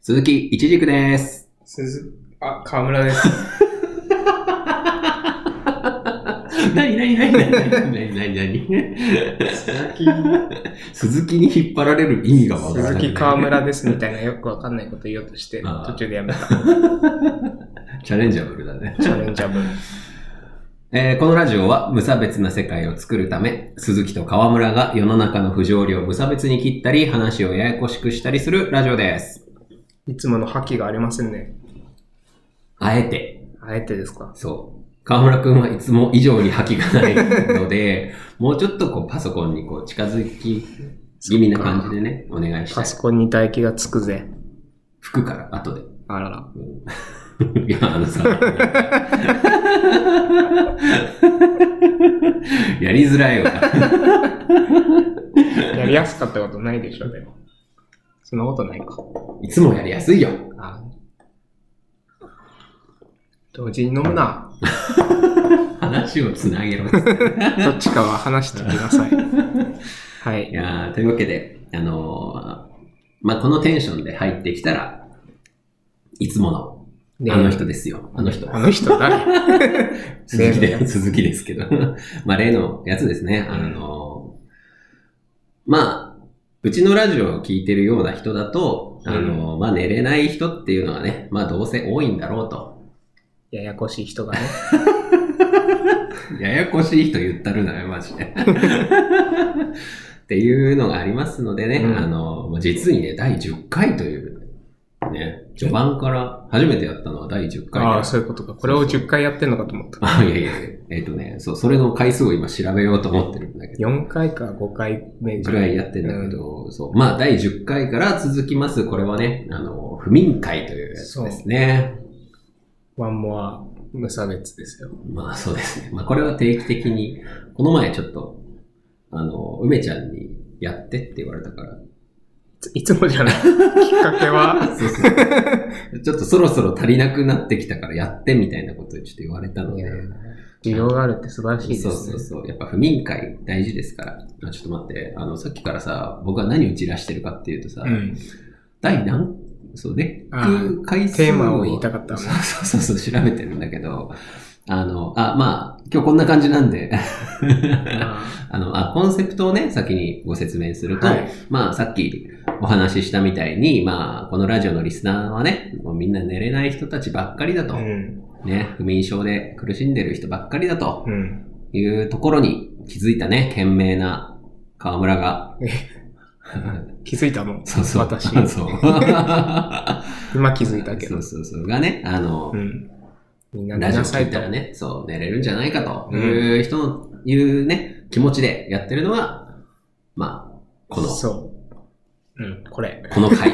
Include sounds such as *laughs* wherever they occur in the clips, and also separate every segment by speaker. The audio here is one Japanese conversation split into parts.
Speaker 1: 鈴木一軸です。
Speaker 2: 鈴、あ、河村です。
Speaker 1: なになになになになになに
Speaker 2: 鈴
Speaker 1: *laughs*
Speaker 2: 木、
Speaker 1: 鈴木に引っ張られる意味がわからな
Speaker 2: 鈴
Speaker 1: い。
Speaker 2: 木河村ですみたいなよくわかんないこと言おうとして、
Speaker 1: あー
Speaker 2: 途中でやめた。
Speaker 1: チャレンジャブルだね。
Speaker 2: チャレンジャブル。
Speaker 1: えーこのラジオは無差別な世界を作るため、鈴木と河村が世の中の不条理を無差別に切ったり、話をややこしくしたりするラジオです。
Speaker 2: いつもの覇気がありませんね。
Speaker 1: あえて。
Speaker 2: あえてですか
Speaker 1: そう。河村くんはいつも以上に覇気がないの
Speaker 2: *laughs*
Speaker 1: で、もうちょっとこうパソコンにこう近づき気味な感じでね、お願いした
Speaker 2: パ
Speaker 1: い。
Speaker 2: ソコンに唾液がつくぜ。
Speaker 1: 服から後で。
Speaker 2: あらら。
Speaker 1: うんいや、あのさ、やりづらいわ。
Speaker 2: やりやすかったことないでしょ、でも。そんなことないか。
Speaker 1: いつもやりやすいよ。
Speaker 2: あー同時に飲むな。
Speaker 1: 話をつなげろ。
Speaker 2: どっちかは話しておきなさ
Speaker 1: *laughs*
Speaker 2: い。はいい。
Speaker 1: やーというわけで、あのーまあ、このテンションで入ってきたら、いつもの、
Speaker 2: で
Speaker 1: あの人ですよ。あの人。
Speaker 2: あの
Speaker 1: *laughs*
Speaker 2: 人誰 *laughs*
Speaker 1: 鈴木
Speaker 2: 例の
Speaker 1: で、鈴木ですけ
Speaker 2: *laughs*
Speaker 1: ど。まあ、例のやつですね。あの、まあ、うちのラジオを聞いてるような人だと、あの、まあ、寝れない人っていうのはね、まあ、どうせ多いんだろうと。
Speaker 2: ややこしい人がね。
Speaker 1: ややこしい人言ったるなよ、マジで。っていうのがありますのでね、
Speaker 2: うん
Speaker 1: あの、もう実にね、第10回という、ね、序盤から初めてやったのは第10回で
Speaker 2: ああ、そういうことか。これを10回やってんのかと思った。
Speaker 1: *laughs* あ、いやいやいや、えっ、とね、そう、それの回数を今調べようと思ってるんだけど。
Speaker 2: 4回か5回目
Speaker 1: ぐらいやってんだけど、そう。まあ、第10回から続きます。これはね、あの、不眠会というやつですね。
Speaker 2: ワンモア無差別ですよ。
Speaker 1: まあ、そうですね。まあ、これは定期的に、この前ちょっと、あの、梅ちゃんにやってって言われたから、
Speaker 2: いつもじゃない。きっ *laughs* かけは、
Speaker 1: そうそうちょっとそろそろ足りなくなってきたからやってみたいなことをちょっと言われたので、
Speaker 2: 需要があるって素晴らしいです
Speaker 1: そ
Speaker 2: ね。
Speaker 1: うそうそう。やっぱ不眠会大事ですから。あちょっと待って、あの、さっきからさ、僕は何を散らしてるかっていうとさ、
Speaker 2: うん。
Speaker 1: 第何そうね。
Speaker 2: あー
Speaker 1: 回数
Speaker 2: テーマを言いたかった
Speaker 1: そうそうそうそう、調べてるんだけど、あの、あ、まあ、今日こんな感じなんで、 *laughs*
Speaker 2: あ
Speaker 1: あの、あ、コンセプトをね、先にご説明すると、
Speaker 2: はい
Speaker 1: まあ、さっきお話ししたみたいに、まあ、このラジオのリスナーはね、もうみんな寝れない人たちばっかりだと、
Speaker 2: ーうん。
Speaker 1: ね、不眠症で苦しんでる人ばっかりだと
Speaker 2: うん。
Speaker 1: いうところに気づいたね、賢明な河村が。
Speaker 2: 気づいたの
Speaker 1: *laughs* そうそう。 *laughs*
Speaker 2: 私 *laughs*
Speaker 1: そう。
Speaker 2: 今気づいたけ
Speaker 1: そ
Speaker 2: ど
Speaker 1: う。そうそう。がね、あの
Speaker 2: う、ん。みんな
Speaker 1: ラ
Speaker 2: 寝
Speaker 1: ジオ
Speaker 2: なさ
Speaker 1: 聞
Speaker 2: い
Speaker 1: いた
Speaker 2: と
Speaker 1: ら。ね、そう、寝れるんじゃないかという人の、いうね、気持ちでやってるのは、まあ、この、
Speaker 2: そう。うん、これ。
Speaker 1: この
Speaker 2: *laughs*
Speaker 1: 回、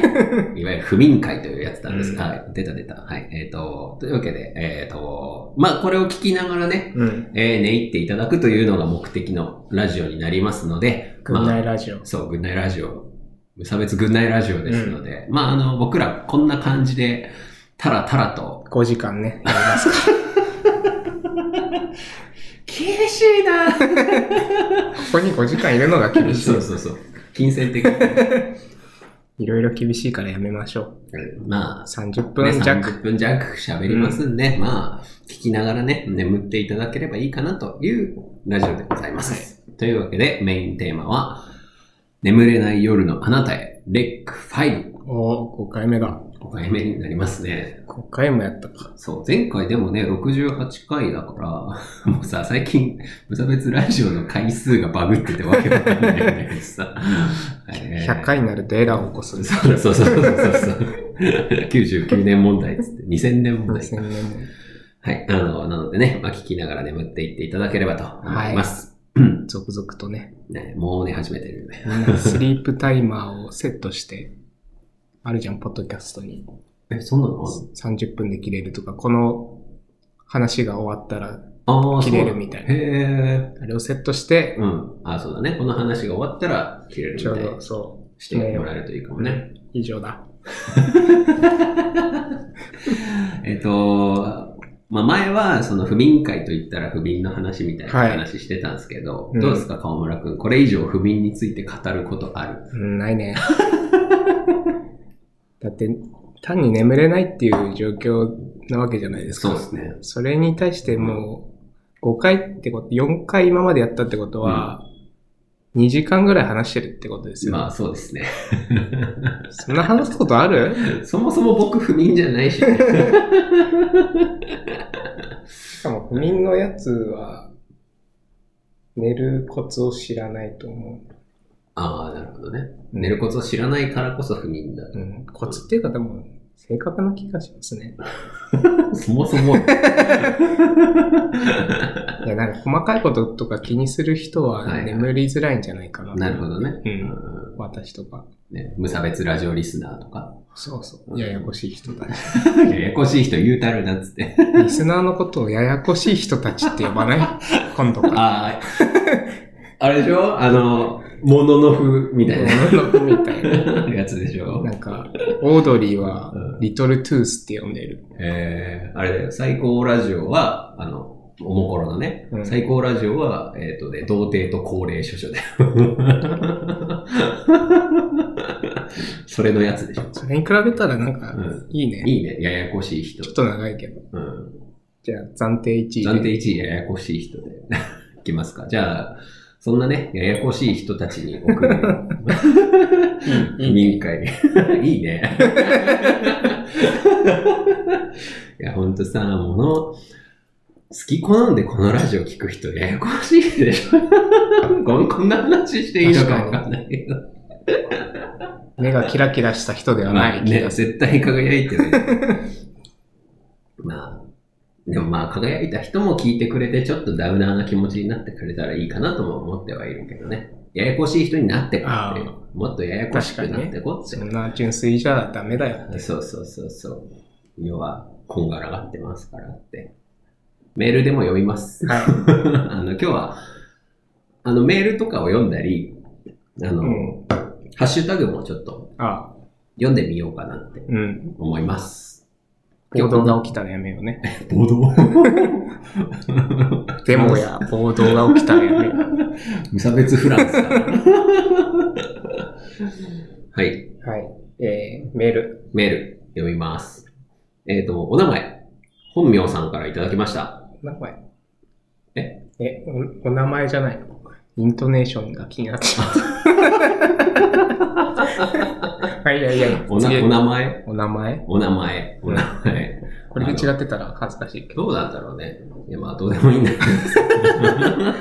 Speaker 1: いわゆる不眠会というやつなんです
Speaker 2: うん
Speaker 1: が、はい、出た出た。はい、えっ、と、というわけで、えっ、と、まあ、これを聞きながらね、
Speaker 2: うん。
Speaker 1: えー、寝入っていただくというのが目的のラジオになりますので、
Speaker 2: グッ
Speaker 1: ま
Speaker 2: ナ
Speaker 1: あ、
Speaker 2: イラジオ。
Speaker 1: そう、グッナイラジオ、無差別グッナイラジオですので、まあ、あの、僕らこんな感じで、たらたらと、
Speaker 2: 5時間ね、やりますか。
Speaker 1: *laughs* 厳しい
Speaker 2: *laughs*
Speaker 1: な
Speaker 2: ここに5時間いるのが厳し
Speaker 1: そうそうそう。金銭
Speaker 2: *laughs*
Speaker 1: 的に。
Speaker 2: い。いろいろ厳しいからやめましょう。
Speaker 1: まあ、
Speaker 2: 30分弱。
Speaker 1: 30分弱喋りますんで、まあ、聞きながらね、眠っていただければいいかなというラジオでございます。というわけで、メインテーマは、眠れない夜のあなたへ、レック5。
Speaker 2: おー、5回目だ。
Speaker 1: 5回目になりますね。
Speaker 2: 5回もやったか。
Speaker 1: そう、前回でもね、68回だから、 *laughs* もうさ、最近、無差別ラジオの回数がバグっててわけわかんないんだけど
Speaker 2: *laughs*
Speaker 1: さ。えー
Speaker 2: 100回になるとエラーを起こす。
Speaker 1: *laughs* そうそうそうそう *laughs* そう。99年問題っつって、2000年問題。
Speaker 2: 2000年も
Speaker 1: はい。あの、なのでね、まあ、聞きながら眠っていっていただければと思います。
Speaker 2: 続々とね、
Speaker 1: ね、もうね、始めてるね。
Speaker 2: みんなスリープタイマーをセットして、あるじゃん、ポッドキャストに。
Speaker 1: え、そんなの
Speaker 2: 30分で切れるとか、この話が終わったら、
Speaker 1: ああ、
Speaker 2: 切れるみたいな
Speaker 1: そうへ
Speaker 2: あれをセットして
Speaker 1: え。、うん。あそうだね。この話が終わったら、切れるみ
Speaker 2: ちょう
Speaker 1: たい
Speaker 2: ど
Speaker 1: に
Speaker 2: そ
Speaker 1: してもらえるといいかも
Speaker 2: う、
Speaker 1: ね。
Speaker 2: 以上だ。
Speaker 1: えっと、まあ、前は、その、不眠会といったら不眠の話みたいな
Speaker 2: はい
Speaker 1: 話してたんですけど、
Speaker 2: うん
Speaker 1: どうですか、河村くん。これ以上不眠について語ることある
Speaker 2: *laughs* うん、ないね。だって、単に眠れないっていう状況なわけじゃないです
Speaker 1: そう
Speaker 2: か。
Speaker 1: ですね。
Speaker 2: それに対してもう、5回ってこと、4回今までやったってことは、2時間ぐらい話してるってことですよ。
Speaker 1: まあそうですね。 *laughs*
Speaker 2: そんな話すことある
Speaker 1: そもそも僕不眠じゃ
Speaker 2: *laughs*
Speaker 1: ないし、ね、
Speaker 2: しかも、不眠のやつは、寝るコツを知らないと思
Speaker 1: ああ、なるほどね。寝ることを知らないからこそ不眠だ。
Speaker 2: う。うん、コツっていうか、でも、正確な気がしますね。
Speaker 1: そもそも。
Speaker 2: いや、なんか細かいこととか気にする人は
Speaker 1: はいはい
Speaker 2: 眠りづらいんじゃないかな。
Speaker 1: なるほどね。
Speaker 2: うん
Speaker 1: う
Speaker 2: 私とか。
Speaker 1: んね無差別ラジオリスナーとか。
Speaker 2: そうそうう。ややこしい人たち。
Speaker 1: ややこしい人言うたるなっつ
Speaker 2: *laughs*
Speaker 1: って。
Speaker 2: リスナーのことをややこしい人たちって呼ばない
Speaker 1: *laughs*
Speaker 2: 今度から。
Speaker 1: ああ、あれでしょあの、もののふみたいな
Speaker 2: もののふみたいな。
Speaker 1: やつでしょ
Speaker 2: なんか、オードリー
Speaker 1: う
Speaker 2: は、
Speaker 1: ん
Speaker 2: リトルトゥースって呼んでる。
Speaker 1: えー、あれだよ、最高ラジオは、あの、おもころのね、
Speaker 2: うん
Speaker 1: 最高ラジオは、えっ、とね、童貞と高齢諸女だよ。
Speaker 2: *laughs*
Speaker 1: それのやつでしょ。
Speaker 2: それに比べたらなんか
Speaker 1: うん、
Speaker 2: いいね。
Speaker 1: いいね、ややこしい人
Speaker 2: ちょ。っと長いけど。
Speaker 1: うん。
Speaker 2: じゃあ、暫定1位で。
Speaker 1: 暫定1位、ややこしい人で。 *laughs* いきますか。じゃあ、そんなね、ややこしい人たちに送 *laughs* る。
Speaker 2: いい
Speaker 1: 委員会。いいね。 *laughs* いや、ほんとさ、もの、好き好んでこのラジオ聞く人、ややこしいでしょ。 *laughs* こんこんな話していいのかわかんないけど。
Speaker 2: 目がキラキラした人ではない気
Speaker 1: ね、
Speaker 2: がす
Speaker 1: 絶対輝いてない。まあ、でもまあ、輝いた人も聞いてくれて、ちょっとダウナーな気持ちになってくれたらいいかなとも思ってはいるけどね。ややこしい人になってこって
Speaker 2: あ、
Speaker 1: もっとややこしくなってこって。
Speaker 2: る。そんな純粋じゃダメだよって。
Speaker 1: そうそうそうそう。要は、こんがらがってますからって。メールでも読みます。 *laughs*
Speaker 2: は
Speaker 1: あの、今日は、あの、メールとかを読んだり、あ *laughs* の、
Speaker 2: い。うん。
Speaker 1: ハッシュタグもちょっと
Speaker 2: あ、
Speaker 1: 読んでみようかなって
Speaker 2: うん。
Speaker 1: 思います。
Speaker 2: 暴動が起きたらやめようね。
Speaker 1: 暴
Speaker 2: *laughs*
Speaker 1: 動
Speaker 2: デモや暴動が起きたらやめよう。
Speaker 1: 無差別フランスだなはい、
Speaker 2: *laughs* はい。えー、メール。
Speaker 1: メール読みます。えっ、と、お名前、本名さんからいただきました。
Speaker 2: 名前。
Speaker 1: え
Speaker 2: え、おお名前じゃないのイントネーションが気にな
Speaker 1: *laughs*
Speaker 2: ってます。はい、いやいや、
Speaker 1: おな
Speaker 2: 次
Speaker 1: お名前、
Speaker 2: お名前
Speaker 1: お名前、お名前。
Speaker 2: *laughs* これで違ってたら恥ずかしいけど。
Speaker 1: どうなんだろうね。いや、まあ、どうでもいいんだ
Speaker 2: *laughs*
Speaker 1: けど。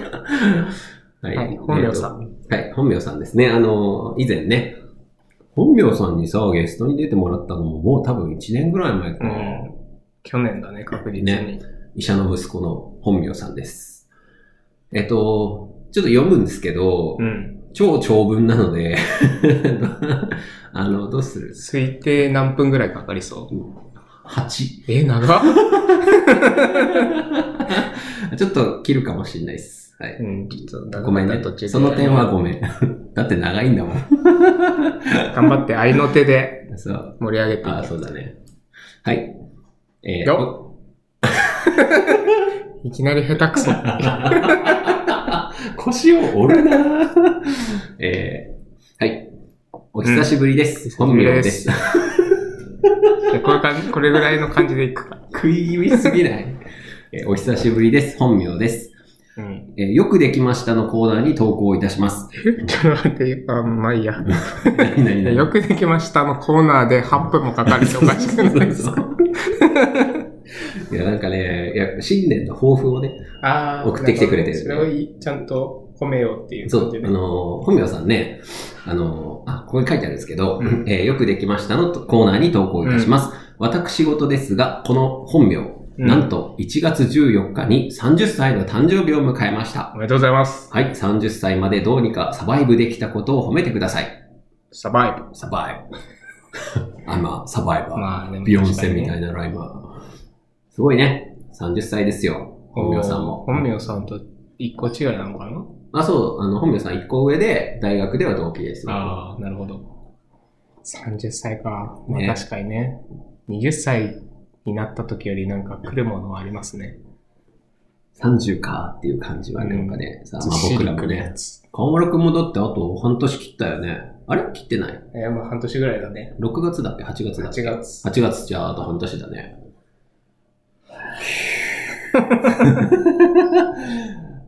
Speaker 1: は
Speaker 2: はい、本名さ
Speaker 1: ん、
Speaker 2: ん。
Speaker 1: はい、本名さんですね。あの、以前ね、本名さんにさ、ゲストに出てもらったのも、もう多分1年ぐらい前か
Speaker 2: う
Speaker 1: な。
Speaker 2: ん。去年だね、確実に。
Speaker 1: ね医者の息子の本名さんです。えっと、ちょっと読むんですけど、
Speaker 2: うん。
Speaker 1: 超長文なので、 *laughs* あの、どうする
Speaker 2: 推定何分ぐらいかかりそう
Speaker 1: ?8。
Speaker 2: え、長
Speaker 1: *laughs*
Speaker 2: っ
Speaker 1: ちょっと切るかもしれないです。はい。
Speaker 2: うん、ちょっと長かった
Speaker 1: ごめんね
Speaker 2: 途中。で
Speaker 1: その点はごめん。 *laughs* だって長いんだもん。
Speaker 2: 頑張って、愛の手で
Speaker 1: そう。
Speaker 2: 盛り上げてい
Speaker 1: ああ、
Speaker 2: く
Speaker 1: そうだね。はい。えー、
Speaker 2: よ *laughs* いきなり下手くそ。
Speaker 1: お腰を折るな *laughs* ーえー、はい。お久しぶりです。
Speaker 2: うん
Speaker 1: 本名です。
Speaker 2: じゃあこれかこれぐらいの感じでいくか。
Speaker 1: 食い気味すぎない、 *laughs* えーお久しぶりです。本名です。
Speaker 2: うん。
Speaker 1: えーよくできましたのコーナーに投稿いたします。
Speaker 2: ちょっと待って、あまあいいや。
Speaker 1: 何何何
Speaker 2: よくできましたのコーナーで8分もかかるっておかしくないですか
Speaker 1: *laughs* いや、なんかね、いや、新年の抱負をね、
Speaker 2: *laughs* あー
Speaker 1: 送ってきてくれてる
Speaker 2: それをいちゃんと褒めようっていう
Speaker 1: そ
Speaker 2: 感
Speaker 1: う
Speaker 2: じ、で
Speaker 1: あ。のー、本名さんね、あのー、あ、ここに書いてあるんですけど、
Speaker 2: うん
Speaker 1: えーよくできましたのとコーナーに投稿いたします。私事ですが、この本名、
Speaker 2: うん
Speaker 1: なんと1月14日に30歳の誕生日を迎えました。
Speaker 2: おめでとうございます。
Speaker 1: はい、30歳までどうにかサバイブできたことを褒めてください。
Speaker 2: サバイブ。
Speaker 1: サバイブ。 *laughs* あ、まあ、サバイバー。
Speaker 2: まあでも
Speaker 1: ビヨンセみた
Speaker 2: ない
Speaker 1: なライバー。すごいね。30歳ですよ。本名さんも。
Speaker 2: 本名さんと一個違いなのかな
Speaker 1: あ、そう、あの、本名さん1個上で、大学では同期です。
Speaker 2: ああ、なるほど。30歳か。ま
Speaker 1: ね
Speaker 2: あ確かにね。20歳になった時よりなんか来るものはありますね。
Speaker 1: 30かっていう感じはねなんかね、さあ、まあ
Speaker 2: ずっし
Speaker 1: 僕
Speaker 2: り
Speaker 1: らも
Speaker 2: 来るや
Speaker 1: ね。
Speaker 2: つ。
Speaker 1: 河村くんもだってあと半年切ったよね。あれ切ってない
Speaker 2: えー、まあ半年ぐらいだね。
Speaker 1: ?6 月だっけ ?8 月だっけ
Speaker 2: 8月。
Speaker 1: 8月じゃあ、あと半年だ
Speaker 2: *laughs*
Speaker 1: ね。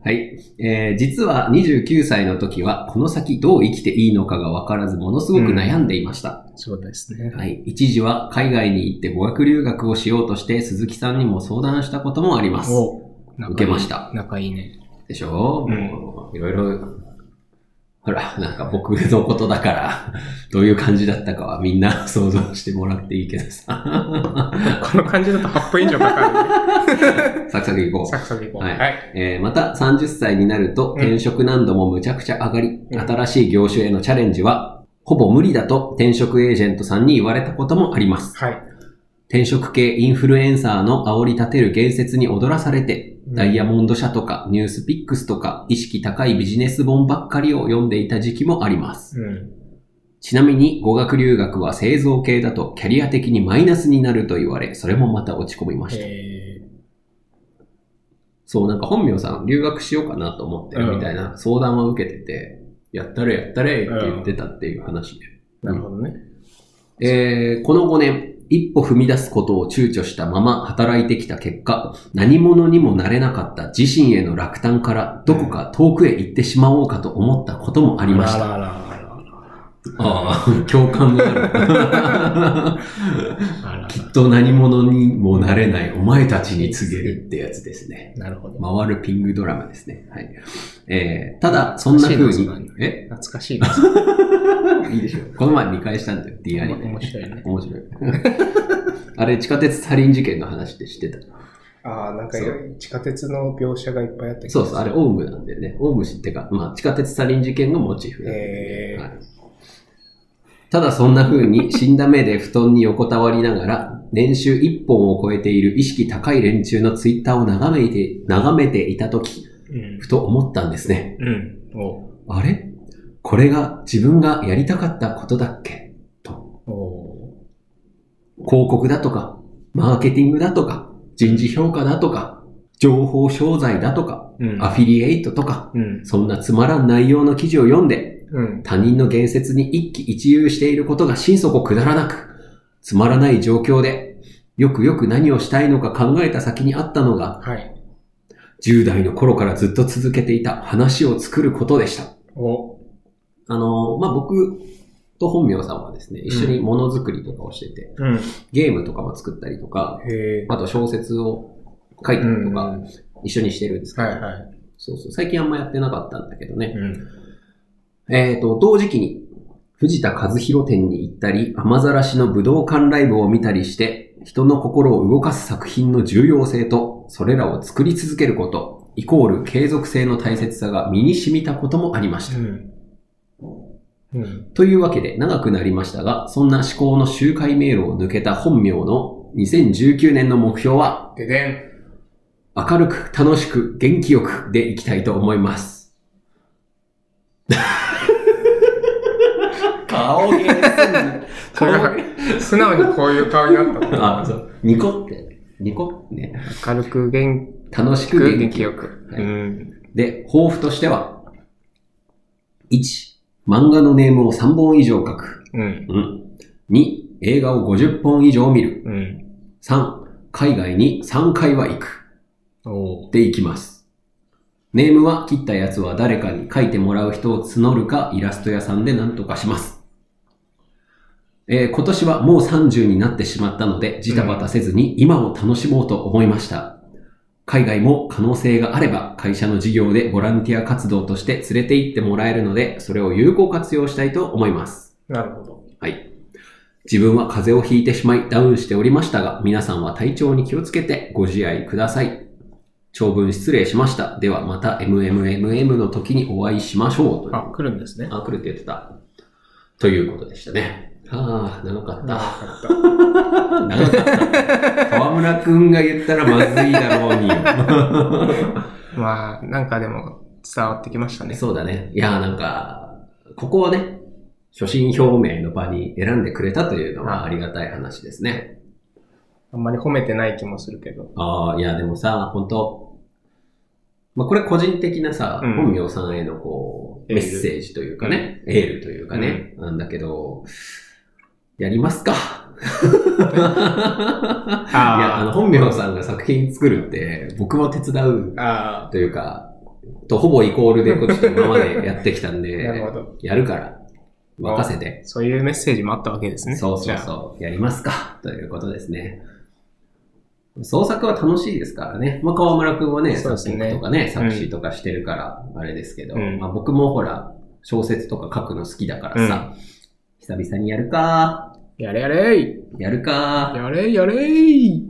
Speaker 1: はい。えー実は29歳の時は、この先どう生きていいのかがわからず、ものすごく悩んでいました。
Speaker 2: そうですね。
Speaker 1: はい。一時は海外に行って語学留学をしようとして、鈴木さんにも相談したこともあります。
Speaker 2: お
Speaker 1: 受けまし。た。
Speaker 2: 仲いいね。 *laughs*
Speaker 1: でしょ
Speaker 2: うん
Speaker 1: もう、いろいろ、ほら、なんか僕のことだから、どういう感じだったかはみんな想像してもらっていいけど
Speaker 2: *laughs*
Speaker 1: さ。
Speaker 2: この感じだと8分以上か
Speaker 1: *laughs*
Speaker 2: かるね。
Speaker 1: サクサクいこう。
Speaker 2: サクサクいこう。
Speaker 1: はい
Speaker 2: はい。
Speaker 1: えーまた30歳になると
Speaker 2: うん
Speaker 1: 転職難度もむちゃくちゃ上がり、
Speaker 2: うん
Speaker 1: 新しい業種へのチャレンジはほぼ無理だと転職エージェントさんに言われたこともあります。
Speaker 2: はい。
Speaker 1: 転職系インフルエンサーの煽り立てる言説に踊らされて、ダイヤモンド社とかニュースピックスとか意識高いビジネス本ばっかりを読んでいた時期もあります。
Speaker 2: うん。
Speaker 1: ちなみに語学留学は製造系だとキャリア的にマイナスになると言われ、それもまた落ち込みました。
Speaker 2: え
Speaker 1: そう、なんか本名さん、留学しようかなと思ってるみたいな相談は受けてて、やったれやったれって言ってたっていう話で。
Speaker 2: ー、なるほどね。
Speaker 1: えーこの5年、一歩踏み出すことを躊躇したまま働いてきた結果、何者にもなれなかった自身への落胆から、どこか遠くへ行ってしまおうかと思ったこともありました。
Speaker 2: あらあらあら
Speaker 1: ああ、共感がある。 *laughs*
Speaker 2: あらあ
Speaker 1: きっと何者にもなれないお前たちに告げるってやつですね。
Speaker 2: ら。なるほど。
Speaker 1: 回るピングドラマですね。はい。えー、ただ、そんな風
Speaker 2: 懐
Speaker 1: に
Speaker 2: かしいな、
Speaker 1: え
Speaker 2: 懐かしい
Speaker 1: *laughs*
Speaker 2: です。
Speaker 1: いいでしょう。この前見返したんだよ、D アニメ。
Speaker 2: 面白いね。
Speaker 1: 面白い。 *laughs* あれ、地下鉄サリン事件の話って知ってた。
Speaker 2: ああ、なんか
Speaker 1: そ
Speaker 2: 地下鉄の描写がいっぱいあったけど。
Speaker 1: そうそう、あれ、オウムなんだよね。オウム知ってか、まあ、地下鉄サリン事件のモチーフだね
Speaker 2: えー
Speaker 1: はいただそんな風に死んだ目で布団に横たわりながら、年収1本を超えている意識高い連中のツイッターを眺めて、眺めていた時
Speaker 2: うん
Speaker 1: ふと思ったんですね。
Speaker 2: うん。お
Speaker 1: あれこれが自分がやりたかったことだっけと。
Speaker 2: お
Speaker 1: 広告だとか、マーケティングだとか、人事評価だとか、情報商材だとか、
Speaker 2: うん
Speaker 1: アフィリエイトとか、
Speaker 2: うん。
Speaker 1: そんなつまらん内容の記事を読んで、
Speaker 2: うん。
Speaker 1: 他人の言説に一喜一憂していることが心底くだらなく、つまらない状況で、よくよく何をしたいのか考えた先にあったのが、
Speaker 2: はい。
Speaker 1: 10代の頃からずっと続けていた話を作ることでした。
Speaker 2: お
Speaker 1: あの、まあ、僕と本名さんはですね、一緒にものづくりとかをしてて、
Speaker 2: うん。
Speaker 1: ゲームとかも作ったりとか、
Speaker 2: へえ。
Speaker 1: あと小説を書いたりとか、
Speaker 2: うん
Speaker 1: 一緒にしてるんですけど、
Speaker 2: はいはい。
Speaker 1: そうそう、最近あんまやってなかったんだけどね。
Speaker 2: うん。
Speaker 1: えっ、と、同時期に、藤田和弘店に行ったり、雨ざらしの武道館ライブを見たりして、人の心を動かす作品の重要性と、それらを作り続けること、イコール継続性の大切さが身に染みたこともありました。
Speaker 2: うん。うん。
Speaker 1: というわけで長くなりましたが、そんな思考の周回迷路を抜けた本名の2019年の目標は、
Speaker 2: ででん。
Speaker 1: 明るく、楽しく、元気よくでいきたいと思います。顔芸すんな
Speaker 2: これは、素直にこういう顔になった
Speaker 1: あ、そう。ニコって。ニコね。
Speaker 2: 軽く元
Speaker 1: 楽し
Speaker 2: 気
Speaker 1: く、元
Speaker 2: 元
Speaker 1: 気
Speaker 2: 気
Speaker 1: よ
Speaker 2: よ
Speaker 1: く。
Speaker 2: く。
Speaker 1: はい
Speaker 2: ん。
Speaker 1: で、抱負としては、1、漫画のネームを3本以上書く。
Speaker 2: うん。
Speaker 1: うん。2、映画を50本以上見る。
Speaker 2: うん。
Speaker 1: 3、海外に3回は行く。
Speaker 2: おう
Speaker 1: で行きます。ネームは切ったやつは誰かに書いてもらう人を募るかイラスト屋さんで何とかします。えー今年はもう30になってしまったので、ジタバタせずに今を楽しもうと思いました。海外も可能性があれば会社の事業でボランティア活動として連れて行ってもらえるので、それを有効活用したいと思います。
Speaker 2: なるほど。
Speaker 1: はい。自分は風邪をひいてしまいダウンしておりましたが、皆さんは体調に気をつけてご自愛ください。長文失礼しました。ではまた MMMM の時にお会いしましょう。という
Speaker 2: あ、来るんですね。
Speaker 1: あ、来るって言ってた。ということでしたね。ああ、長かった。
Speaker 2: *laughs* あ
Speaker 1: 長かった。河村くんが言ったらまずいだろうに。
Speaker 2: まあ、なんかでも伝わってきました *laughs* ね。
Speaker 1: そうだね。いやーなんか、ここをね、初心表明の場に選んでくれたというのはありがたい話ですね。
Speaker 2: あんまり褒めてない気もするけど。
Speaker 1: ああ、いや、でもさ、本当まあ、これ個人的なさ、
Speaker 2: うん
Speaker 1: 本名さんへのこう、
Speaker 2: エー
Speaker 1: メッ
Speaker 2: ル
Speaker 1: セージというかね、エールというかね、なんだけど、やり
Speaker 2: *laughs*
Speaker 1: ますかいや、あの、本名さんが作品作るって、僕も手伝う
Speaker 2: あ
Speaker 1: というか、とほぼイコールでこっちと今までやってきたん
Speaker 2: あ、
Speaker 1: で、
Speaker 2: *laughs* なるほど。
Speaker 1: やるから、任せて。
Speaker 2: そういうメッセージもあったわけですね。
Speaker 1: そう
Speaker 2: じ
Speaker 1: そう
Speaker 2: ゃあ
Speaker 1: そう。やりますか *laughs* ということですね。創作は楽しいですからね。まあ、川村くんはね、
Speaker 2: そうですね
Speaker 1: 作曲とかね、作詞とかしてるから、あれですけど、
Speaker 2: うん
Speaker 1: まあ、僕もほら、小説とか書くの好きだからさ、久々にやるか
Speaker 2: やれやれい
Speaker 1: やるか
Speaker 2: やれやれい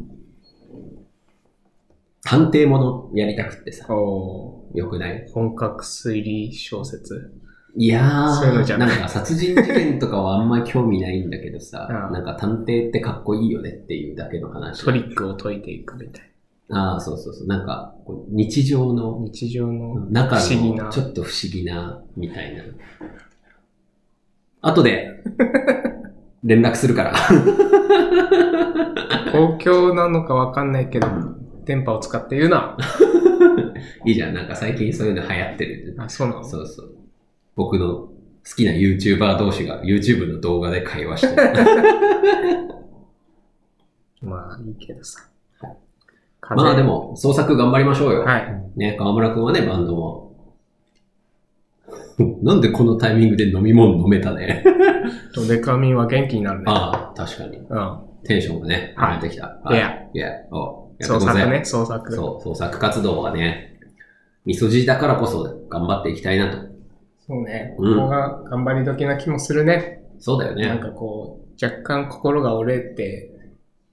Speaker 1: 探偵ものやりたくってさ、
Speaker 2: お
Speaker 1: よくない
Speaker 2: ー本格推理小説。
Speaker 1: いやー、
Speaker 2: そういうのじゃ
Speaker 1: な
Speaker 2: なんい
Speaker 1: か殺人事件とかはあんま興味ないんだけどさ、
Speaker 2: *laughs* うん
Speaker 1: なんか探偵ってかっこいいよねっていうだけの話。
Speaker 2: トリックを解いていくみたい
Speaker 1: ああ、そうそうそう。なんか、こう日常
Speaker 2: な。
Speaker 1: の
Speaker 2: 日常の。
Speaker 1: 中
Speaker 2: 不思議な
Speaker 1: のちょっと不思議な、みたいな。後で、
Speaker 2: *laughs*
Speaker 1: 連絡するから。 *laughs*
Speaker 2: 公共なのかわかんないけど、電波を使って言うな。
Speaker 1: いいじゃん、なんか最近そういうの流行ってる。
Speaker 2: あ、そうなの
Speaker 1: そうそう。僕の好きな YouTuber 同士が YouTube の動画で会話して
Speaker 2: *laughs*
Speaker 1: る。
Speaker 2: まあ、いいけどさ。風
Speaker 1: まあで。も、創作頑張りましょうよ。
Speaker 2: はい。
Speaker 1: ね、河村くんはね、バンドも。 *laughs* なんでこのタイミングで飲み物飲めた
Speaker 2: *laughs*
Speaker 1: ね。
Speaker 2: ドデカミンは元気になるね。
Speaker 1: ああ、確かに。
Speaker 2: う
Speaker 1: テンションがね、上
Speaker 2: はい
Speaker 1: がってきた。
Speaker 2: ん。い
Speaker 1: い。
Speaker 2: や、
Speaker 1: いや、おやってこう
Speaker 2: 創
Speaker 1: ぜ
Speaker 2: 作ね、創作。
Speaker 1: そう、創作活動はね、みそじだからこそ頑張っていきたいなと。
Speaker 2: そうね。こ
Speaker 1: うん
Speaker 2: こが頑張り時な気もするね。
Speaker 1: そうだよ
Speaker 2: なん
Speaker 1: ね。
Speaker 2: かこう、若干心が折れて、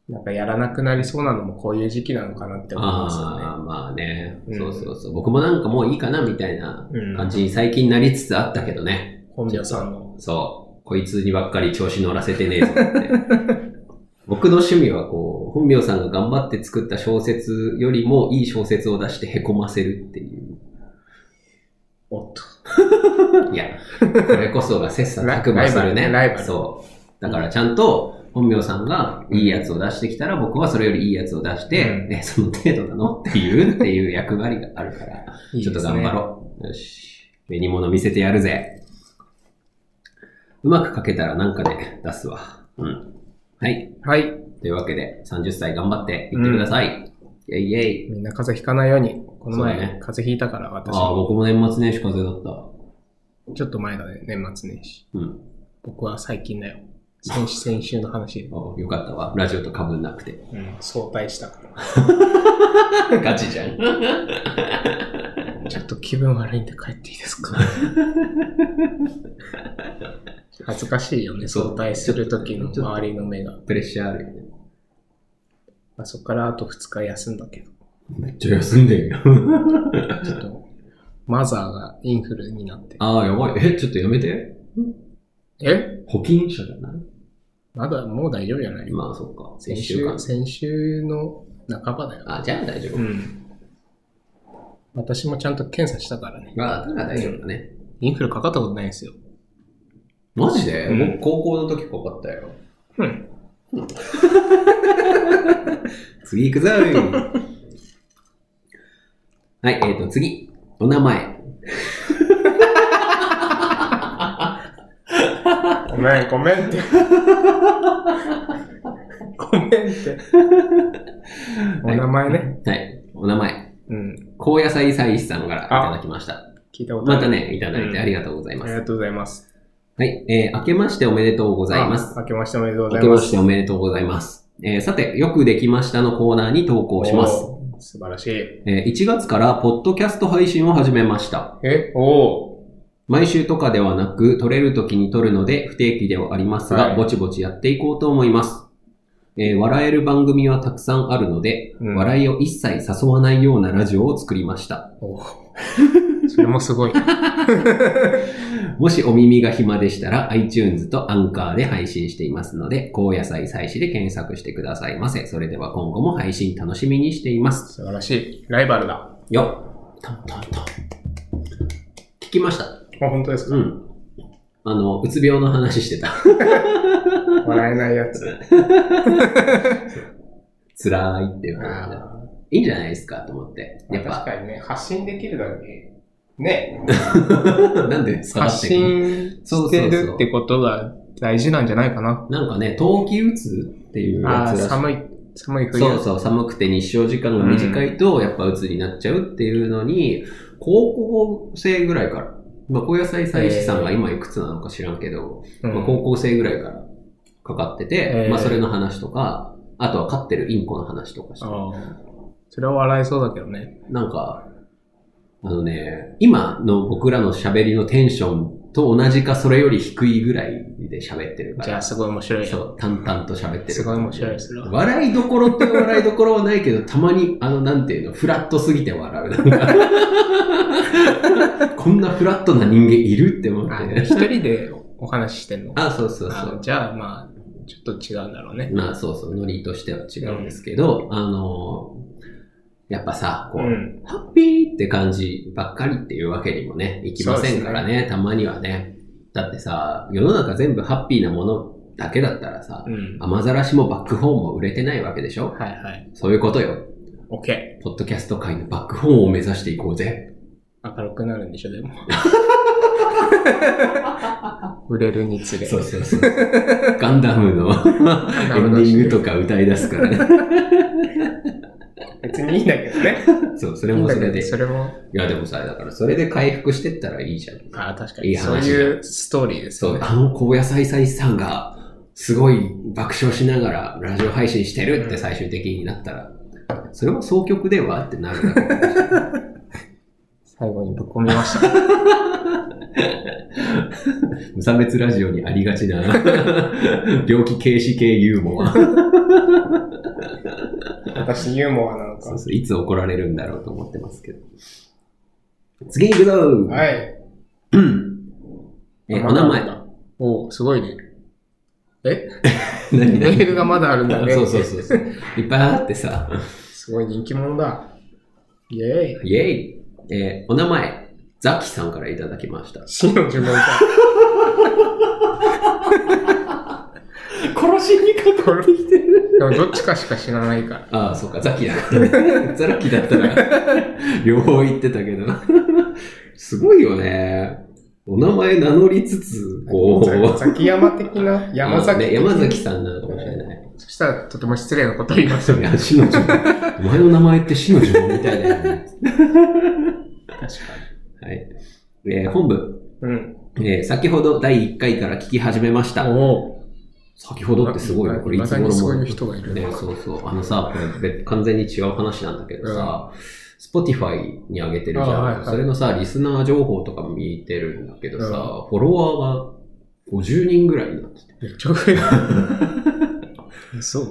Speaker 2: なんかやらなくなりそうなのもこういう時期なのかなって思いますよ
Speaker 1: ああ、まあね、
Speaker 2: うん
Speaker 1: そうそうそう。僕もなんかもういいかなみたいな
Speaker 2: ね。う
Speaker 1: 感
Speaker 2: ん。
Speaker 1: じに最近なりつつあったけどね。
Speaker 2: 本名さんの。
Speaker 1: そう。こいつにばっかり調子乗らせてねえぞって。
Speaker 2: *laughs*
Speaker 1: 僕の趣味はこう、本名さんが頑張って作った小説よりもいい小説を出して凹ませるっていう。
Speaker 2: おっと。
Speaker 1: いや、これこそが切磋琢磨するね。
Speaker 2: ライバルライバル
Speaker 1: そう。だからちゃんと本名さんがいいやつを出してきたら僕はそれよりいいやつを出して、
Speaker 2: うん
Speaker 1: え、その程度なのっていう、 *laughs* っていう役割があるから、
Speaker 2: いい
Speaker 1: ちょ
Speaker 2: で
Speaker 1: っ
Speaker 2: す
Speaker 1: と
Speaker 2: ね
Speaker 1: 頑張ろう。よし。目に物見せてやるぜ。うまく書けたらなんかで出すわ。うん。はい。
Speaker 2: はい。
Speaker 1: というわけで、30歳頑張っていってください。イェイイェイ。
Speaker 2: みんな風邪ひかないように。この前、
Speaker 1: そうだね
Speaker 2: 風邪ひいたから私
Speaker 1: ああ、
Speaker 2: も、
Speaker 1: 僕も年末年始風邪だった。
Speaker 2: ちょっと前だね、年末年始。
Speaker 1: うん。
Speaker 2: 僕は最近だよ。先週、先週の話。
Speaker 1: ああよかったわ。ラジオと被んなくて。 *laughs*
Speaker 2: うん、早退したから。
Speaker 1: ガチじゃん。
Speaker 2: ちょっと気分悪いんで帰っていいです *laughs* か恥ずかしいよね、
Speaker 1: そう
Speaker 2: 早退する時の
Speaker 1: ちょっと
Speaker 2: 周りの目が。
Speaker 1: プレッシャーあるよね。
Speaker 2: まあ、そこからあと2日休んだけど、
Speaker 1: めっちゃ休んでるよ。
Speaker 2: ちょっと、マザーがインフルになって。
Speaker 1: *laughs* ああ、やばい。え、ちょっとやめて。
Speaker 2: え
Speaker 1: 保菌者じゃない
Speaker 2: まだもう大丈夫じゃない
Speaker 1: まあ、そっか。
Speaker 2: 先
Speaker 1: 先週
Speaker 2: 週、
Speaker 1: 間。
Speaker 2: 先週の半ばだよ。
Speaker 1: あ、じゃあ大丈夫。
Speaker 2: うん。私もちゃんと検査したからね。
Speaker 1: まあ、だから大丈夫だね。
Speaker 2: インフルかかったことないんですよ。
Speaker 1: マジで、
Speaker 2: うん
Speaker 1: 僕高校の時かかったよ。
Speaker 2: うん。
Speaker 1: 次行くぞい *laughs* はい、えーと、次。お名前。
Speaker 2: ごめん、ご
Speaker 1: *laughs*
Speaker 2: めんって。ごめんって。お名前ね。
Speaker 1: はい、お名前。
Speaker 2: うん。
Speaker 1: 高野菜菜師さんからいただきました。
Speaker 2: 聞いたことあ
Speaker 1: ま
Speaker 2: る。
Speaker 1: たね、いただいて
Speaker 2: うん
Speaker 1: ありがとうござい
Speaker 2: あ
Speaker 1: ま
Speaker 2: り
Speaker 1: す。
Speaker 2: がとうございます。
Speaker 1: はい、えー、明けましておめでとうございます。
Speaker 2: あ明けましておめでとうござ
Speaker 1: 明
Speaker 2: い
Speaker 1: け
Speaker 2: ま。
Speaker 1: ますしておめでとうございます。えーさて、よくできましたのコーナーに投稿します。
Speaker 2: おー。素晴らしい。
Speaker 1: えー1月からポッドキャスト配信を始めました。
Speaker 2: え、おー。
Speaker 1: 毎週とかではなく、撮れる時に撮るので不定期ではありますが、
Speaker 2: はい
Speaker 1: ぼちぼちやっていこうと思います。えー笑える番組はたくさんあるので、
Speaker 2: うん
Speaker 1: 笑いを一切誘わないようなラジオを作りました。
Speaker 2: おー *laughs* それもすごい。
Speaker 1: もしお耳が暇でしたら iTunes と Anchor で配信していますので、高野菜祭祀で検索してくださいませ。それでは今後も配信楽しみにしています。
Speaker 2: 素晴らしい。ライバルだ。
Speaker 1: よっ。トントントン。聞きました。
Speaker 2: あ、本当です
Speaker 1: う
Speaker 2: か
Speaker 1: ん。あの、うつ病の話してた。 *laughs*
Speaker 2: 笑えないやつ。
Speaker 1: 辛いっていう
Speaker 2: あ
Speaker 1: 話
Speaker 2: ー
Speaker 1: で。いいんじゃないですかと思って。やっ
Speaker 2: 確 *laughs*
Speaker 1: ぱ、
Speaker 2: かにね、発信できるだけ、ね、
Speaker 1: なんで下がっ
Speaker 2: 発
Speaker 1: ていくの
Speaker 2: 信してるってことが大事なんじゃないかな。
Speaker 1: なんかね、冬季うつっていうや
Speaker 2: あ
Speaker 1: つ
Speaker 2: あ、
Speaker 1: らしい
Speaker 2: 寒い、寒い冬。
Speaker 1: そうそう、寒くて日照時間が短いと、やっぱ鬱になっちゃうっていうのに、高校生ぐらいから、まあ、高野菜採取さんが今いくつなのか知らんけど、
Speaker 2: うん
Speaker 1: まあ、高校生ぐらいからかかってて、
Speaker 2: えー
Speaker 1: まあ、それの話とか、あとは飼ってるインコの話とかして、
Speaker 2: ああそれは笑いそうだけどね。
Speaker 1: なんか、あのね、今の僕らの喋りのテンションと同じかそれより低いぐらいで喋ってるから。
Speaker 2: じゃあ、すごい面白い
Speaker 1: そ
Speaker 2: よ。
Speaker 1: う、淡々と喋ってる。
Speaker 2: すごい面白いですよ
Speaker 1: 笑いどころって笑いどころはないけど、たまに、あの、なんていうの、フラットすぎて笑う。
Speaker 2: *laughs*
Speaker 1: なんかこんなフラットな人間いるって思
Speaker 2: あ
Speaker 1: っ *laughs*
Speaker 2: の
Speaker 1: て。
Speaker 2: 一人でお話ししてんの。
Speaker 1: あ、そうそうそ
Speaker 2: あ
Speaker 1: う。
Speaker 2: じゃあ、まあ、ちょっと違うんだろうね。
Speaker 1: まあそうそう、ノリとしては違うんですけど、あの、やっぱさ、こう、
Speaker 2: ん。
Speaker 1: ハッピーって感じばっかりっていうわけにもね、いきませんからね、たまにはね。だってさ、世の中全部ハッピーなものだけだったらさ、
Speaker 2: うん。
Speaker 1: 雨ざらしもバックホーンも売れてないわけでしょ
Speaker 2: はいはい。
Speaker 1: そういうことよ。
Speaker 2: OK。
Speaker 1: ポッドキャスト界のバックホーンを目指していこうぜ。
Speaker 2: 明るくなるんでしょ、で
Speaker 1: *laughs*
Speaker 2: も。売れるにつれ。
Speaker 1: そうそうそう。 *laughs* ガンダム *laughs* のエンディングとか歌い出すから *laughs* ね。
Speaker 2: 別にいいんだけどね。
Speaker 1: そう、それもそれで。い
Speaker 2: それも、
Speaker 1: や、でもさ、だからそれで回復してったらいいじゃん。
Speaker 2: ああ、確か
Speaker 1: いい
Speaker 2: に。
Speaker 1: 話
Speaker 2: そういうストーリーです
Speaker 1: そ
Speaker 2: よ
Speaker 1: う、
Speaker 2: ね。
Speaker 1: あの高野菜菜さんが、すごい爆笑しながらラジオ配信してるって最終的になったら、それは総曲ではってなる *laughs* だろう
Speaker 2: 最後にぶっ込み
Speaker 1: *laughs*
Speaker 2: ました。
Speaker 1: 無差別ラジオにありがちな *laughs* 病気軽視系ユーモア。
Speaker 2: 私ユーモアなの
Speaker 1: そ
Speaker 2: か
Speaker 1: う。そういつ怒られるんだろうと思ってますけど。次行くぞー
Speaker 2: はい。
Speaker 1: うん。え、お名前。
Speaker 2: *laughs* おすごいね。え
Speaker 1: 何
Speaker 2: メールがまだあるんだね。
Speaker 1: そうそうそうそう。いっぱいあってさ。
Speaker 2: すごい人気者だ。イェーイ。
Speaker 1: イェイえーお名前、ザキさんからいただきました。
Speaker 2: 死の呪文か。
Speaker 1: 殺しにかかってきてる。
Speaker 2: でもどっちかしか知らないから。
Speaker 1: ああ、そうか、ザキだから。
Speaker 2: *laughs*
Speaker 1: ザラキだったら、両方言ってたけど。すごいよね。お名前名乗りつつ、こう。
Speaker 2: ザキヤマ的な山
Speaker 1: あ
Speaker 2: 崎
Speaker 1: ね
Speaker 2: 的な
Speaker 1: 山崎さんなのかもしれない。
Speaker 2: *laughs* そしたらとても失礼なことを言いました
Speaker 1: そう
Speaker 2: ね。
Speaker 1: ね、死の呪文。お前の名前って死の呪文みたいだよね。
Speaker 2: 確か
Speaker 1: はい。えー本部、
Speaker 2: に。うん。
Speaker 1: えー先ほど第1回から聞き始めました。
Speaker 2: お
Speaker 1: 先ほどってすごいね、これいつ
Speaker 2: まだに
Speaker 1: 頃
Speaker 2: そう
Speaker 1: も。
Speaker 2: いう人がいる
Speaker 1: ね、そうそう。あのさ、これ別完全に違う話なんだけどさ、Spotify に上げてるじゃん、
Speaker 2: あはいはい
Speaker 1: それのさ、リスナー情報とか見てるんだけどさ、フォロワーが50人ぐらいになってて。
Speaker 2: めっちゃ増
Speaker 1: *laughs*
Speaker 2: えた。そう。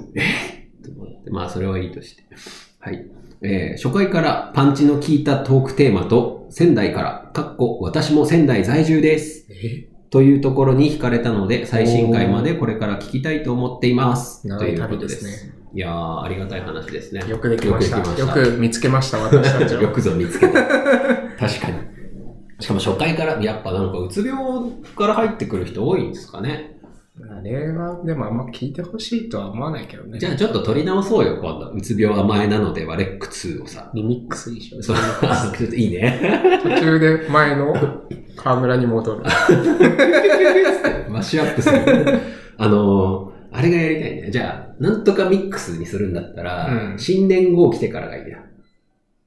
Speaker 1: まあ、それはいいとして。はい。えー初回からパンチの効いたトークテーマと、仙台から、かっこ、私も仙台在住です。
Speaker 2: え
Speaker 1: というところに惹かれたので、最新回までこれから聞きたいと思っています。と
Speaker 2: 長
Speaker 1: い
Speaker 2: いう
Speaker 1: こと
Speaker 2: 旅で
Speaker 1: です。
Speaker 2: す
Speaker 1: いやー、ありがたい話ですね。
Speaker 2: ね。よくできました。
Speaker 1: よくでき
Speaker 2: よ
Speaker 1: ました
Speaker 2: く見つけました、私たち
Speaker 1: *laughs* よ
Speaker 2: を。
Speaker 1: くぞ見つけた。確かに。しかも初回から、やっぱなんか、うつ病から入ってくる人多いんですかね。
Speaker 2: あれは、でもあんま聞いてほしいとは思わないけどね。
Speaker 1: じゃあちょっと取り直そうよ、今度。うつ病は前なので、ワレック2をさ。
Speaker 2: リミックスでしょ。
Speaker 1: そう、ちょっといいね。
Speaker 2: 途中で前の河村に戻る。
Speaker 1: マッシュアップす *laughs* る。あのー、あれがやりたいね。じゃあ、なんとかミックスにするんだったら、
Speaker 2: うん
Speaker 1: 新年号来てからがいい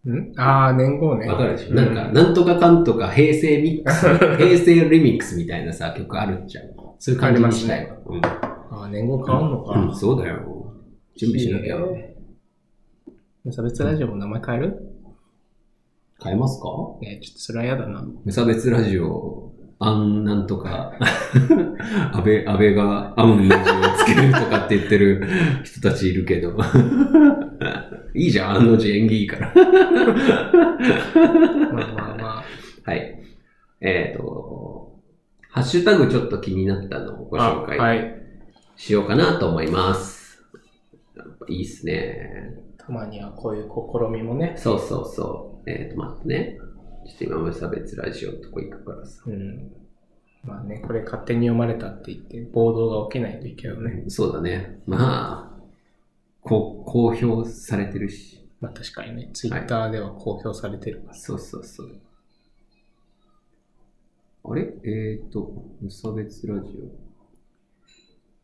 Speaker 1: な。
Speaker 2: んああ、年号ね。
Speaker 1: わかるでしょ、
Speaker 2: うん
Speaker 1: なんか、なんとかかんとか平成ミックス、 *laughs* 平成リミックスみたいなさ、曲あるじゃん。そういう感じにしたいわ。
Speaker 2: ああ、年号変わんの
Speaker 1: うん、うん
Speaker 2: か。
Speaker 1: そうだよ。準備しなきゃ。
Speaker 2: 無差別ラジオも名前変える
Speaker 1: 変えますか
Speaker 2: えちょっとそれは嫌だな。
Speaker 1: 無差別ラジオ、あんなんとか、 *laughs* 安倍、安倍がアンの字をつけるとかって言ってる人たちいるけど。 *laughs* いいじゃん、あの字演技いいから。
Speaker 2: まあまあまあ。
Speaker 1: はい。えっ、と、ハッシュタグちょっと気になったのをご紹介
Speaker 2: あはい。
Speaker 1: しようかなと思います。やっぱいいっすね。
Speaker 2: たまにはこういう試みもね。
Speaker 1: そうそうそう。えっ、と、待ってね。ちょっと今無差別ラジオのとこ行くからさ。
Speaker 2: うん。まあね、これ勝手に読まれたって言って、暴動が起きないといいけどね。
Speaker 1: そうだね。まあ、こう、公表されてるし。
Speaker 2: まあ確かにね、ツイッターでは公表されてるから。
Speaker 1: そうそうそう。あれえーと、無差別ラジ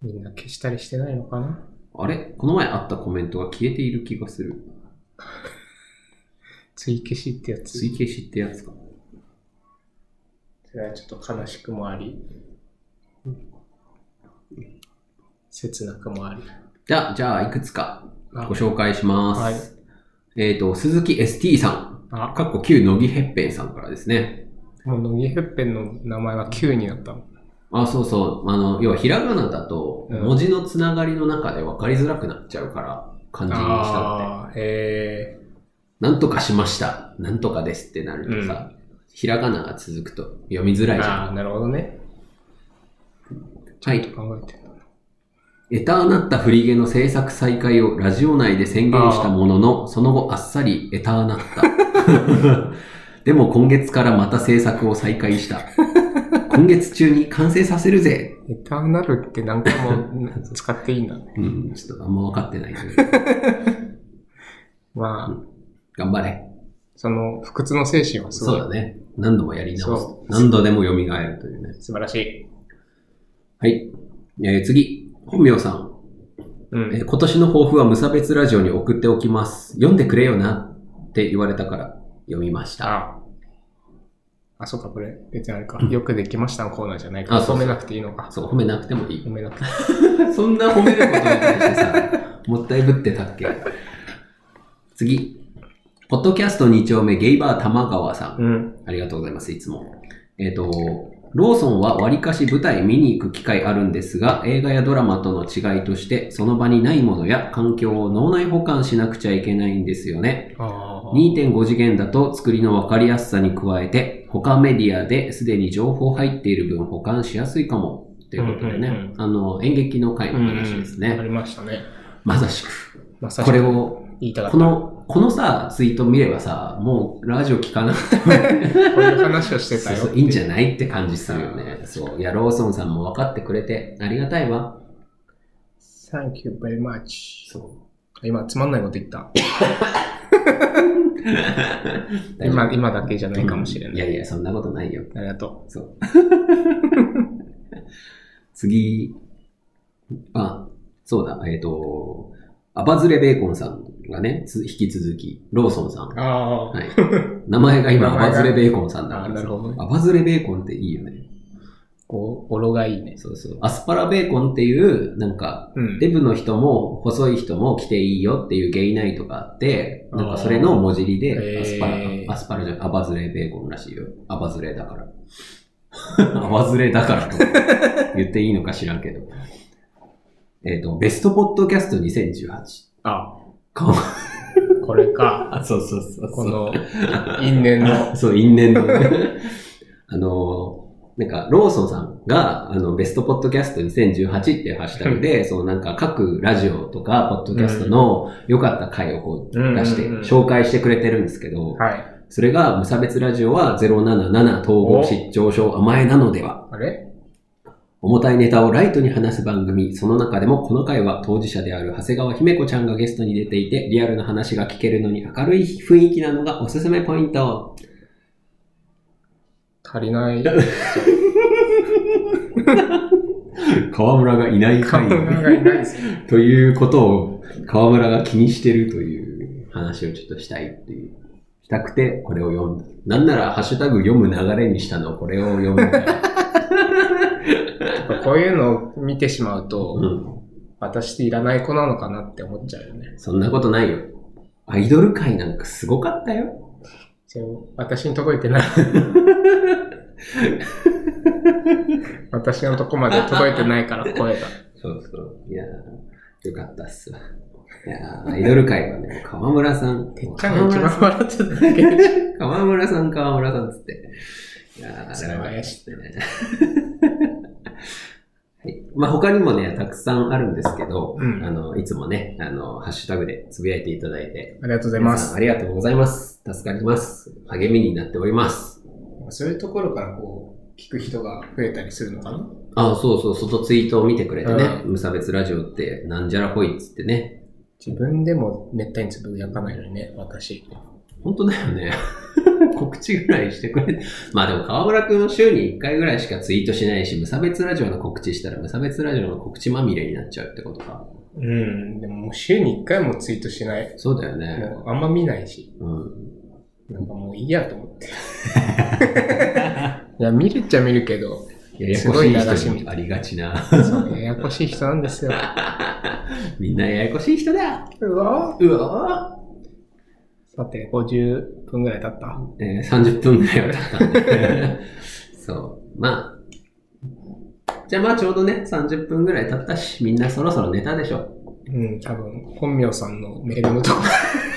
Speaker 2: みんな消したりしてないのかな
Speaker 1: オ。あれこの前あったコメントが消えている気がする。
Speaker 2: 追消しってやつ。
Speaker 1: 追消しってやつか。
Speaker 2: それはちょっと悲しくもあり、切なくもあり。
Speaker 1: じゃあ、じゃあ、いくつか
Speaker 2: あ
Speaker 1: ご紹介します。
Speaker 2: はい
Speaker 1: えーと、鈴木 ST さん、
Speaker 2: あ、
Speaker 1: かっこ旧乃木へっぺんさんからですね。
Speaker 2: もう乃木へっぺんの名前は9になったの。
Speaker 1: あ、そうそう。あの、要はひらがなだと、
Speaker 2: うん
Speaker 1: 文字のつながりの中で分かりづらくなっちゃうから、漢字にしたって。
Speaker 2: ああ、へ
Speaker 1: なんとかしました。なんとかですってなるとさ、ひらがなが続くと読みづら
Speaker 2: え。
Speaker 1: いじゃ
Speaker 2: ああ、
Speaker 1: ん。
Speaker 2: なるほどね。
Speaker 1: はい
Speaker 2: ちょっと考えてんだな。
Speaker 1: エターなったフリゲの制作再開をラジオ内で宣言したものの、その後あっさりエターなった。 *laughs* でも今月からまた制作を再開 *laughs* した。今月中に完成させるぜ。
Speaker 2: エターナルって何回も使っていいんだね。
Speaker 1: うん、ちょっとあんま分かってないけど。
Speaker 2: まあ、
Speaker 1: 頑張れ。
Speaker 2: その不屈の精神はす
Speaker 1: そ
Speaker 2: ご
Speaker 1: う
Speaker 2: い
Speaker 1: だね。何度もやり直す
Speaker 2: そ。う
Speaker 1: 何度でも蘇るというね。
Speaker 2: 素晴らしい。
Speaker 1: はい。えー次。本名さん。
Speaker 2: う
Speaker 1: え
Speaker 2: ん。
Speaker 1: ー今年の抱負は無差別ラジオに送っておきます。読んでくれよなって言われたから読みました。
Speaker 2: ああ、そうか、これ、別にあれか
Speaker 1: う。ん
Speaker 2: よくできましたのコーナーじゃないから、
Speaker 1: あそう
Speaker 2: 褒
Speaker 1: そう
Speaker 2: めなくていいのか。
Speaker 1: そう、褒めなくてもいい
Speaker 2: 褒。めなくて。
Speaker 1: *laughs* そんな褒めることに対してさ、 *laughs* もったいぶってたっけ次。ポッドキャスト2丁目、ゲイバー玉川さん。
Speaker 2: うん。
Speaker 1: ありがとうございます、いつも。えっ、と、ローソンは割かし舞台見に行く機会あるんですが、映画やドラマとの違いとして、その場にないものや環境を脳内保管しなくちゃいけないんですよね。
Speaker 2: ああ。
Speaker 1: 2.5次元だと作りの分かりやすさに加えて、他メディアですでに情報入っている分保管しやすいかも。ということでね、
Speaker 2: うんうんう
Speaker 1: あの、演劇の回の話ですね。
Speaker 2: うんありましたね。
Speaker 1: まさしく。
Speaker 2: まさし
Speaker 1: こ
Speaker 2: く
Speaker 1: れを、
Speaker 2: 言いたかっ
Speaker 1: こ
Speaker 2: た。
Speaker 1: の、このさ、ツイート見ればさ、もうラジオ聞かなくても
Speaker 2: こういう話をしてたよ
Speaker 1: そうそういいんじゃないって感じするよね。そう。いや、ローソンさんも分かってくれてありがたいわ。
Speaker 2: Thank you very much.
Speaker 1: そ
Speaker 2: 今、つまんないこと言った。
Speaker 1: う。
Speaker 2: 今、今だけじゃないかもしれない。
Speaker 1: いやいや、そんなことないよ。
Speaker 2: ありがと
Speaker 1: そう。次、あ、そうだ、えっ、と、アバズレベーコンさんがね、つ引き続き、ローソンさん。
Speaker 2: う。あ *laughs*
Speaker 1: はい。名前が今、
Speaker 2: 名前
Speaker 1: ア
Speaker 2: が
Speaker 1: バズレベーコンさんだか
Speaker 2: あ
Speaker 1: ら
Speaker 2: ー、なるほどね。
Speaker 1: アバズレベーコンっていいよね。
Speaker 2: こう、おろがいいね。
Speaker 1: そうそう。アスパラベーコンっていう、なんか、
Speaker 2: うん。
Speaker 1: デブの人も細い人も着ていいよっていうゲイナイトがあって、なんかそれの文字入り
Speaker 2: へ
Speaker 1: で、
Speaker 2: ー
Speaker 1: アスパラ、アスパラじゃないアバズレベーコンらしいよ。アバズレだから。 *laughs* アバズレだから *laughs* と言っていいのか知らんけど。えっ、と、ベストポッドキャスト2018。
Speaker 2: あ、
Speaker 1: かわ
Speaker 2: これか。
Speaker 1: あ、そうそうそうそう。
Speaker 2: この、因縁の。
Speaker 1: そう、因縁の。 *laughs* あの、なんか、ローソンさんが、あの、ベストポッドキャスト2018っていうハッシュタグで、そのなんか各ラジオとか、ポッドキャストの良かった回をこう出して
Speaker 2: うんうんうん、
Speaker 1: 紹介してくれてるんですけど、
Speaker 2: はい。
Speaker 1: それが、無差別ラジオは077統合失調症甘えなのでは、
Speaker 2: あれ
Speaker 1: 重たいネタをライトに話す番組、その中でもこの回は当事者である長谷川姫子ちゃんがゲストに出ていて、リアルな話が聞けるのに明るい雰囲気なのがおすすめポイント。
Speaker 2: 足りない。 *laughs*
Speaker 1: 河村がいない
Speaker 2: カ
Speaker 1: 回
Speaker 2: ウンがいないですね。
Speaker 1: *laughs* ということを河村が気にしてるという話をちょっとしたいっていう。したくてこれを読んだ。なんならハッシュタグ読む流れにしたのをこれを
Speaker 2: *laughs*
Speaker 1: 読むから。
Speaker 2: こういうのを見てしまう
Speaker 1: う
Speaker 2: と、
Speaker 1: ん。
Speaker 2: 私っていらない子なのかなって思っちゃうよね。
Speaker 1: そんなことないよ。アイドル界なんかすごかったよ。
Speaker 2: そう私に届いてない。私のとこまで届いてないから、声が。
Speaker 1: そうそう。いやー、よかったっすわ。いやーアイドル界はね、河村さん。
Speaker 2: てっちゃんが一
Speaker 1: 河村さ
Speaker 2: 番
Speaker 1: ん
Speaker 2: 笑ってただけで。
Speaker 1: 河村さん、河村さんっつって。いやー
Speaker 2: それは怪しい
Speaker 1: ね。 *laughs* はいまあ、他にもね、たくさんあるんですけど、
Speaker 2: うん
Speaker 1: あの、いつもね、あの、ハッシュタグでつぶやいていただいて、
Speaker 2: ありがとうございま
Speaker 1: 皆さん
Speaker 2: す。
Speaker 1: ありがとうございます。助かります。励みになっております。
Speaker 2: そういうところからこう、聞く人が増えたりするのかな
Speaker 1: あそうそう、外ツイートを見てくれてね、
Speaker 2: う
Speaker 1: 無差別ラジオってなんじゃらほいっつってね、
Speaker 2: 自分でもめったにつぶやかないのにね、私。
Speaker 1: 本当だよね。 *laughs* 告知ぐらいしてくれ。まあでも河村くんは週に1回ぐらいしかツイートしないし、無差別ラジオの告知したら無差別ラジオの告知まみれになっちゃうってことか。
Speaker 2: うん。でももう週に1回もツイートしない。
Speaker 1: そうだよね。
Speaker 2: もうあんま見ないし。
Speaker 1: うん。
Speaker 2: なんかもういいやと思って。 *laughs* いや、見るっちゃ見るけど、
Speaker 1: やや
Speaker 2: す
Speaker 1: こ
Speaker 2: ご
Speaker 1: し
Speaker 2: い
Speaker 1: い
Speaker 2: 流し
Speaker 1: 人
Speaker 2: 見
Speaker 1: にありがちな。 *laughs*
Speaker 2: そうややこしい人なんですよ。
Speaker 1: みんなややこしい人だ。
Speaker 2: うわ
Speaker 1: うわ
Speaker 2: さて、50分ぐらい経った。
Speaker 1: ぁえー、30分ぐらいは経ったん *laughs* で。そう。まあ。じゃあまあちょうどね、30分ぐらい経ったし、みんなそろそろ寝たでしょ。
Speaker 2: うん、多分、本名さんのメールの *laughs* とこ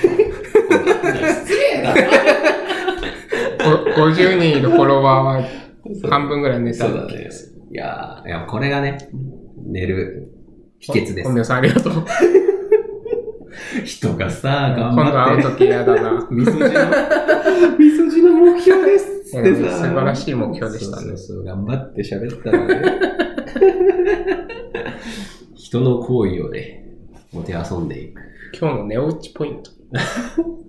Speaker 1: 失礼だ
Speaker 2: ろ、50人のフォロワーは半分ぐらい寝た
Speaker 1: そうだね。いやーいやこれがね、寝る秘訣で
Speaker 2: 本
Speaker 1: す。
Speaker 2: 名さんありがとう。
Speaker 1: 人がさ、頑
Speaker 2: 今度
Speaker 1: 張っ
Speaker 2: 会う
Speaker 1: て、
Speaker 2: とき嫌だな。
Speaker 1: みそじの、みそじの目標です
Speaker 2: いやでも素晴らしい目標でしたね
Speaker 1: そうそうそう、頑張って喋ったらね。人の行為をね、もてあそんでいく。
Speaker 2: 今日の寝落ちポイント。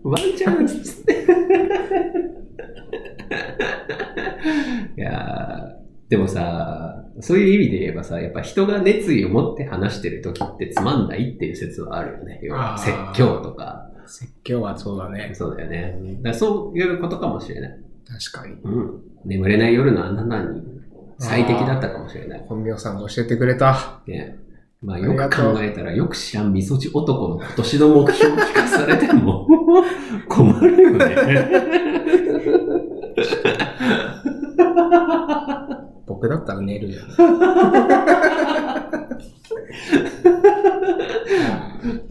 Speaker 1: ワンチャンスいやーでもさ、そういう意味で言えばさ、やっぱ人が熱意を持って話してる時ってつまんないっていう説はあるよね。要は
Speaker 2: あー
Speaker 1: 説教とか。
Speaker 2: 説教はそうだね。
Speaker 1: そうだよね。だからそういうことかもしれない。
Speaker 2: 確かに。
Speaker 1: うん。眠れない夜のあなたに最適だったかもしれない。
Speaker 2: 本名さんが教えてくれた。
Speaker 1: ね。まあ
Speaker 2: あり
Speaker 1: よ
Speaker 2: が
Speaker 1: く
Speaker 2: とう
Speaker 1: 考えたらよく知らんみそじ男の今年の目標を聞かされても困るよね。
Speaker 2: 僕だったら寝
Speaker 1: *laughs*
Speaker 2: るよ、ね。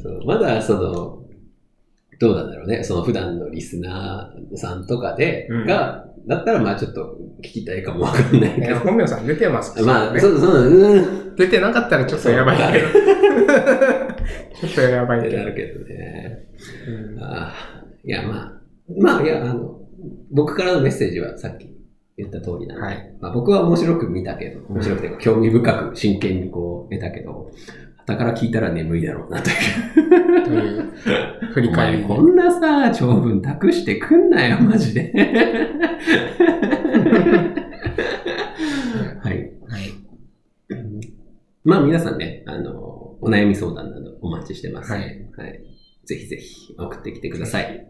Speaker 1: そうまだその、どうなんだろうね。その普段のリスナーさんとかで、
Speaker 2: うん
Speaker 1: が、だったらまあちょっと聞きたいかもわかんないけ
Speaker 2: え
Speaker 1: ど。
Speaker 2: 本名さん出てますか
Speaker 1: *laughs* まあ、
Speaker 2: ね
Speaker 1: そうそう、うん。っ
Speaker 2: 出てなかったらちょっとやばいけど。 *laughs* ちょっとやばい
Speaker 1: て
Speaker 2: け
Speaker 1: な
Speaker 2: ど。
Speaker 1: るけどね。
Speaker 2: うん
Speaker 1: あーいや、まあ、まあ、いや、あの、僕からのメッセージはさっき言った通りなんで、
Speaker 2: はい
Speaker 1: まあ、僕は面白く見たけど、面白くて興味深く真剣にこう得たけど、傍から聞いたら眠いだろうなという。
Speaker 2: という振り返り
Speaker 1: お前こんなさ、長文託してくんなよ、マジ
Speaker 2: *laughs*
Speaker 1: で。はい。
Speaker 2: はい。
Speaker 1: まあ皆さんね、あの、お悩み相談などお待ちしてます、
Speaker 2: はい
Speaker 1: はい。ぜひぜひ送ってきてください。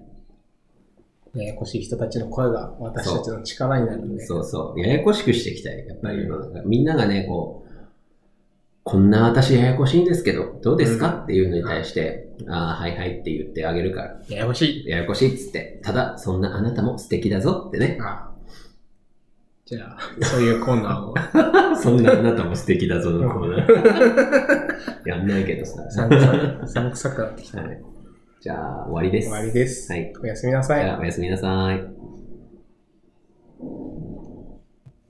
Speaker 2: ややこしい人たちの声が私たちの力になるんで。
Speaker 1: そうそう。ややこしくしていきたい。やっぱり世の中、みんながね、こう、こんな私ややこしいんですけど、どうですか、
Speaker 2: うん
Speaker 1: っていうのに対して、ああ、はいはいって言ってあげるから、
Speaker 2: ややこしい。
Speaker 1: ややこしいっつって、ただ、そんなあなたも素敵だぞってね。
Speaker 2: あじゃあ、そういうコーナーを *laughs*
Speaker 1: そんなあなたも素敵だぞのコーナー。 *laughs* やんないけどさ。
Speaker 2: 散々、散臭くなってきた。
Speaker 1: はいじゃあ、終わりです。
Speaker 2: 終わりです。
Speaker 1: はい。
Speaker 2: おやすみなさい
Speaker 1: じ。ゃあ、おやすみなさい。